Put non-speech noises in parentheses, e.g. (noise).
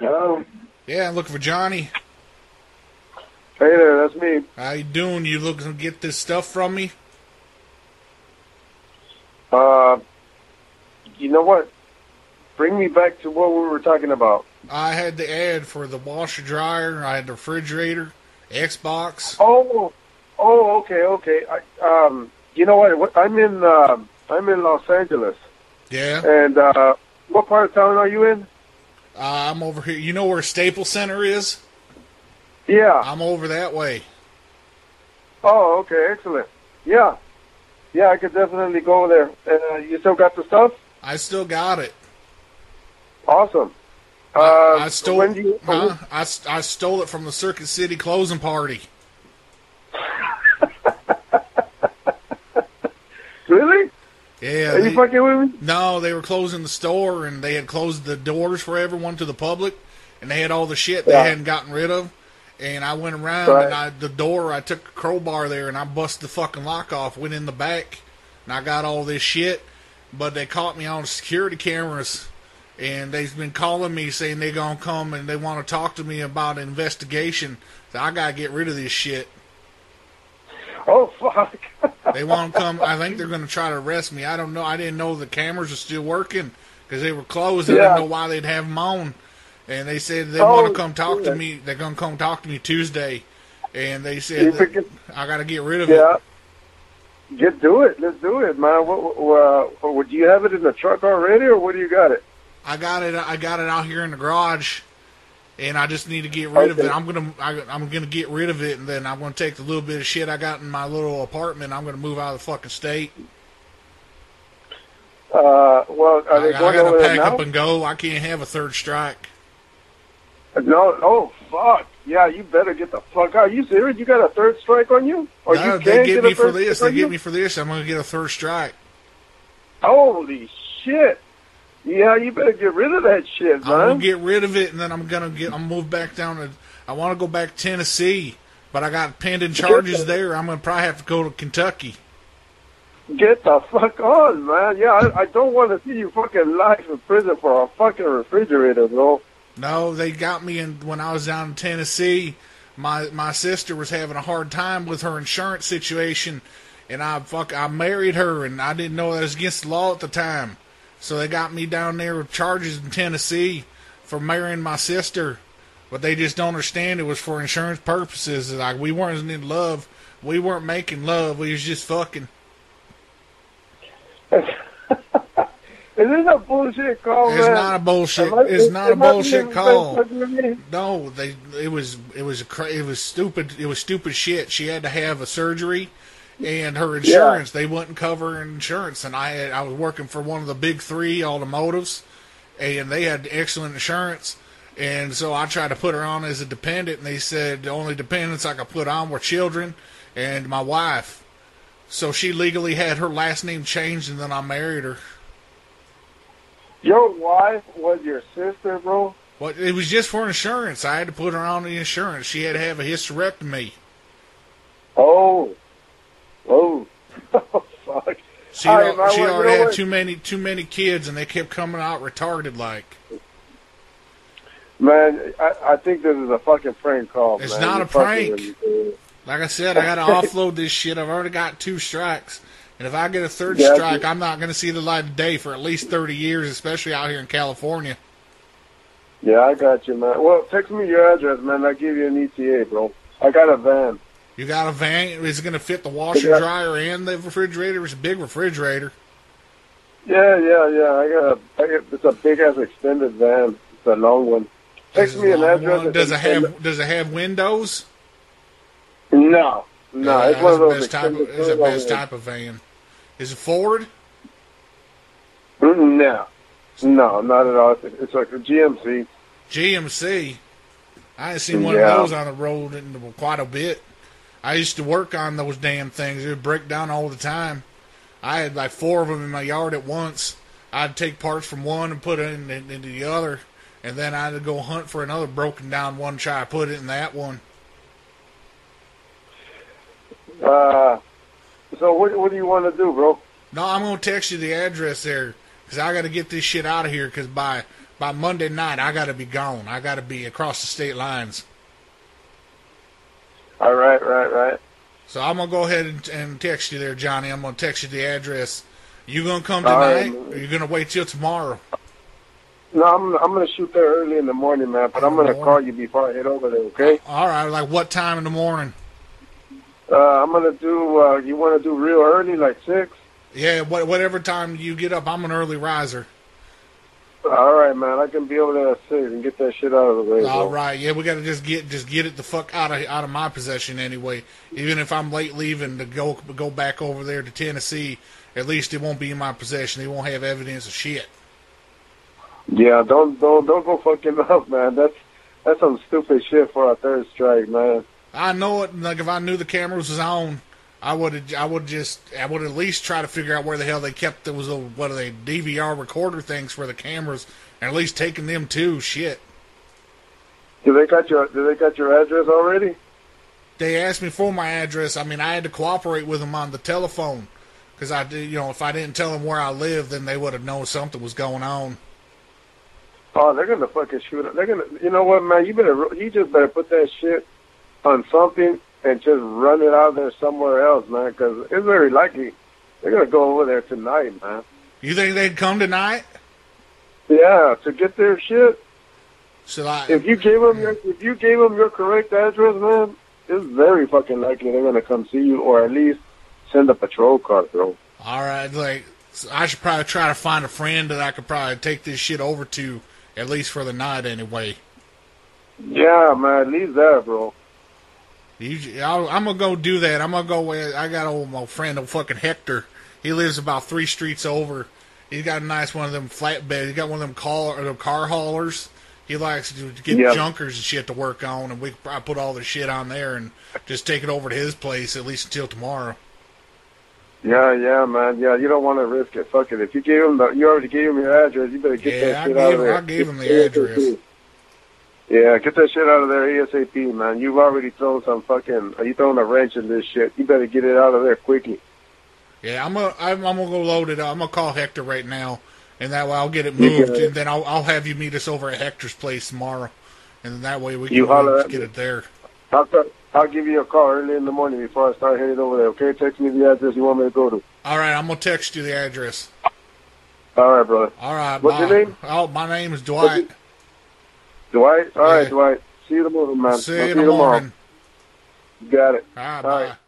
Hello. Yeah, I'm looking for Johnny. Hey there, that's me. How you doing? You looking to get this stuff from me? Uh, you know what? Bring me back to what we were talking about. I had the ad for the washer dryer. I had the refrigerator, Xbox. Oh, oh, okay, okay. I, um, you know what? What- I'm in. um I'm in Los Angeles, Yeah, and uh, what part of town are you in? uh, I'm over here. You know where Staples Center is? Yeah. I'm over that way. Oh, okay, excellent. Yeah, yeah, I could definitely go there. And uh, you still got the stuff? I still got it. Awesome. Uh, I, I stole. When do you? huh? I s- I stole it from the Circuit City closing party. Really? Yeah. Are they- you fucking with me? No, they were closing the store and they had closed the doors for everyone to the public, and they had all the shit Yeah. they hadn't gotten rid of. And I went around Right. and I the door I took a crowbar there and I busted the fucking lock off, went in the back, and I got all this shit. But they caught me on security cameras, and they've been calling me saying they gonna come and they want to talk to me about an investigation. So I gotta get rid of this shit. Oh fuck. (laughs) They won't come. I think they're going to try to arrest me. I don't know. I didn't know the cameras are still working because they were closed. I Yeah. didn't know why they'd have them on. And they said they Oh, want to come talk to shit. me. They're going to come talk to me Tuesday. And they You said that freaking- I got to get rid of yeah. it. Get do it. Let's do it, man. What, what, uh, would you have it in the truck already, or what do you got it? I got it. I got it out here in the garage, and I just need to get rid of Okay. it. I'm gonna I, I'm gonna get rid of it, and then I'm gonna take the little bit of shit I got in my little apartment. I'm gonna move out of the fucking state. Uh, well, are I, they I going gotta over there pack now? up and go. I can't have a third strike. No. Oh fuck. Yeah, you better get the fuck out. You serious? You got a third strike on you? Or no, you they can't get a me for third this. strike They on get you? me for this. I'm going to get a third strike. Holy shit. Yeah, you better get rid of that shit, I'm going man. to get rid of it, and then I'm going to get. I'm move back down to. I want to go back to Tennessee, but I got pending charges there. I'm going to probably have to go to Kentucky. Get the fuck on, man. Yeah, I, I don't want to see you fucking life in prison for a fucking refrigerator, bro. No, they got me in when I was down in Tennessee. My my sister was having a hard time with her insurance situation, and I fuck I married her, and I didn't know that was against the law at the time. So they got me down there with charges in Tennessee for marrying my sister, but they just don't understand it was for insurance purposes. Like we weren't in love, we weren't making love, we was just fucking. Is this a bullshit call, It's man? not a bullshit. Am I- It's not a am I bullshit being call. fucking with me? No, they it was it was a cra- it was stupid it was stupid shit. She had to have a surgery, and her insurance they wouldn't cover her insurance. And I had, I was working for one of the big three automotives, and they had excellent insurance. And so I tried to put her on as a dependent, and they said the only dependents I could put on were children and my wife. So she legally had her last name changed, and then I married her. Your wife was your sister, bro? Well, it was just for insurance. I had to put her on the insurance. She had to have a hysterectomy. Oh. Oh. (laughs) Oh, fuck. She, All al- right, my wife- she you already know had what? too many too many kids, and they kept coming out retarded. Like Man, I, I think this is a fucking prank call, It's man. not You a fucking- like I said, I (laughs) gotta offload this shit. I've already got two strikes, and if I get a third Yeah, strike, dude. I'm not gonna see the light of day for at least thirty years, especially out here in California. Yeah, I got you, man. Well, text me your address, man. I'll give you an ETA, bro. I got a van. You got a van? Is it gonna fit the washer, Yeah. dryer, and the refrigerator? It's a big refrigerator. Yeah, yeah, yeah. I got a. I got, it's a big ass extended van. It's a long one. Text Is me an long address. one? Does it and- have Does it have windows? No, no. Yeah, it's one of those that's the best type. Of, extended. it's the van. best type of van. Is it Ford? Mm, No, no, not at all. It's, it's like a GMC. GMC. I ain't seen one Yeah. of those on the road in quite a bit. I used to work on those damn things. It would break down all the time. I had like four of them in my yard at once. I'd take parts from one and put it in, in, into the other, and then I'd go hunt for another broken down one. Try to put it in that one. Uh, so what what do you want to do, bro? No, I'm gonna text you the address there because I got to get this shit out of here. Because by by Monday night, I got to be gone. I got to be across the state lines. All right, right, right. So I'm gonna go ahead and, and text you there, Johnny. I'm gonna text you the address. You gonna come All right, tonight, man. or you gonna wait till tomorrow? No, I'm I'm gonna shoot there early in the morning, man. But I'm gonna call you before I head over there. Okay. All right, like what time in the morning? Uh, I'm gonna do. Uh, you want to do real early, like six? Yeah, what, whatever time you get up, I'm an early riser. All right, man. I can be over there at six and get that shit out of the way. bro. All right, yeah, we got to just get just get it the fuck out of out of my possession anyway. Even if I'm late leaving to go go back over there to Tennessee, at least it won't be in my possession. They won't have evidence of shit. Yeah, don't don't don't go fucking (laughs) up, man. That's that's some stupid shit for a third strike, man. I know it. Like if I knew the cameras was on, I would I would just I would at least try to figure out where the hell they kept those little what are they DVR recorder things for the cameras, and at least taking them too. Shit, Do they got your Do they got your address already? they asked me for my address. I mean, I had to cooperate with them on the telephone because I did. You know, if I didn't tell them where I lived, then they would have known something was going on. Oh, they're gonna fucking shoot. it. They're gonna. You know what, man? You better. You just better put that shit on something and just run it out there somewhere else, man. Because it's very likely they're gonna go over there tonight, man. You think they'd come tonight? Yeah, to get their shit. Should I? If you gave them your if you gave them your correct address, man, it's very fucking likely they're gonna come see you or at least send a patrol car, bro. All right, like so I should probably try to find a friend that I could probably take this shit over to at least for the night anyway. Yeah, man, leave that, bro. You, I, I'm gonna go do that. I'm gonna go with. I got old my friend, old fucking Hector. He lives about three streets over. He's got a nice one of them flatbed. He got one of them car, them car haulers. He likes to get Yeah. junkers and shit to work on, and we could probably put all the shit on there and just take it over to his place at least until tomorrow. Yeah, yeah, man. Yeah, you don't want to risk it. Fuck it. If you gave him the, you already gave him your address. You better get Yeah, that I shit out gave- of there. I gave him the address. Yeah, get that shit out of there ASAP, man. You've already thrown some fucking, you throwing a wrench in this shit. You better get it out of there quickly. Yeah, I'm gonna I'm, I'm gonna go load it up. I'm gonna call Hector right now, and that way I'll get it You moved, got it. and then I'll I'll have you meet us over at Hector's place tomorrow, and then that way we You can uh, holler at get me. it there. I'll, t- I'll give you a call early in the morning before I start headed over there. Okay, text me the address you want me to go to. All right, I'm gonna text you the address. All right, brother. All right. What's your bye. name? Oh, my name is Dwight. Dwight. All right, Yeah. Dwight. See you tomorrow, man. See uh, I'll you in the morning. Got it. All right, All bye. right.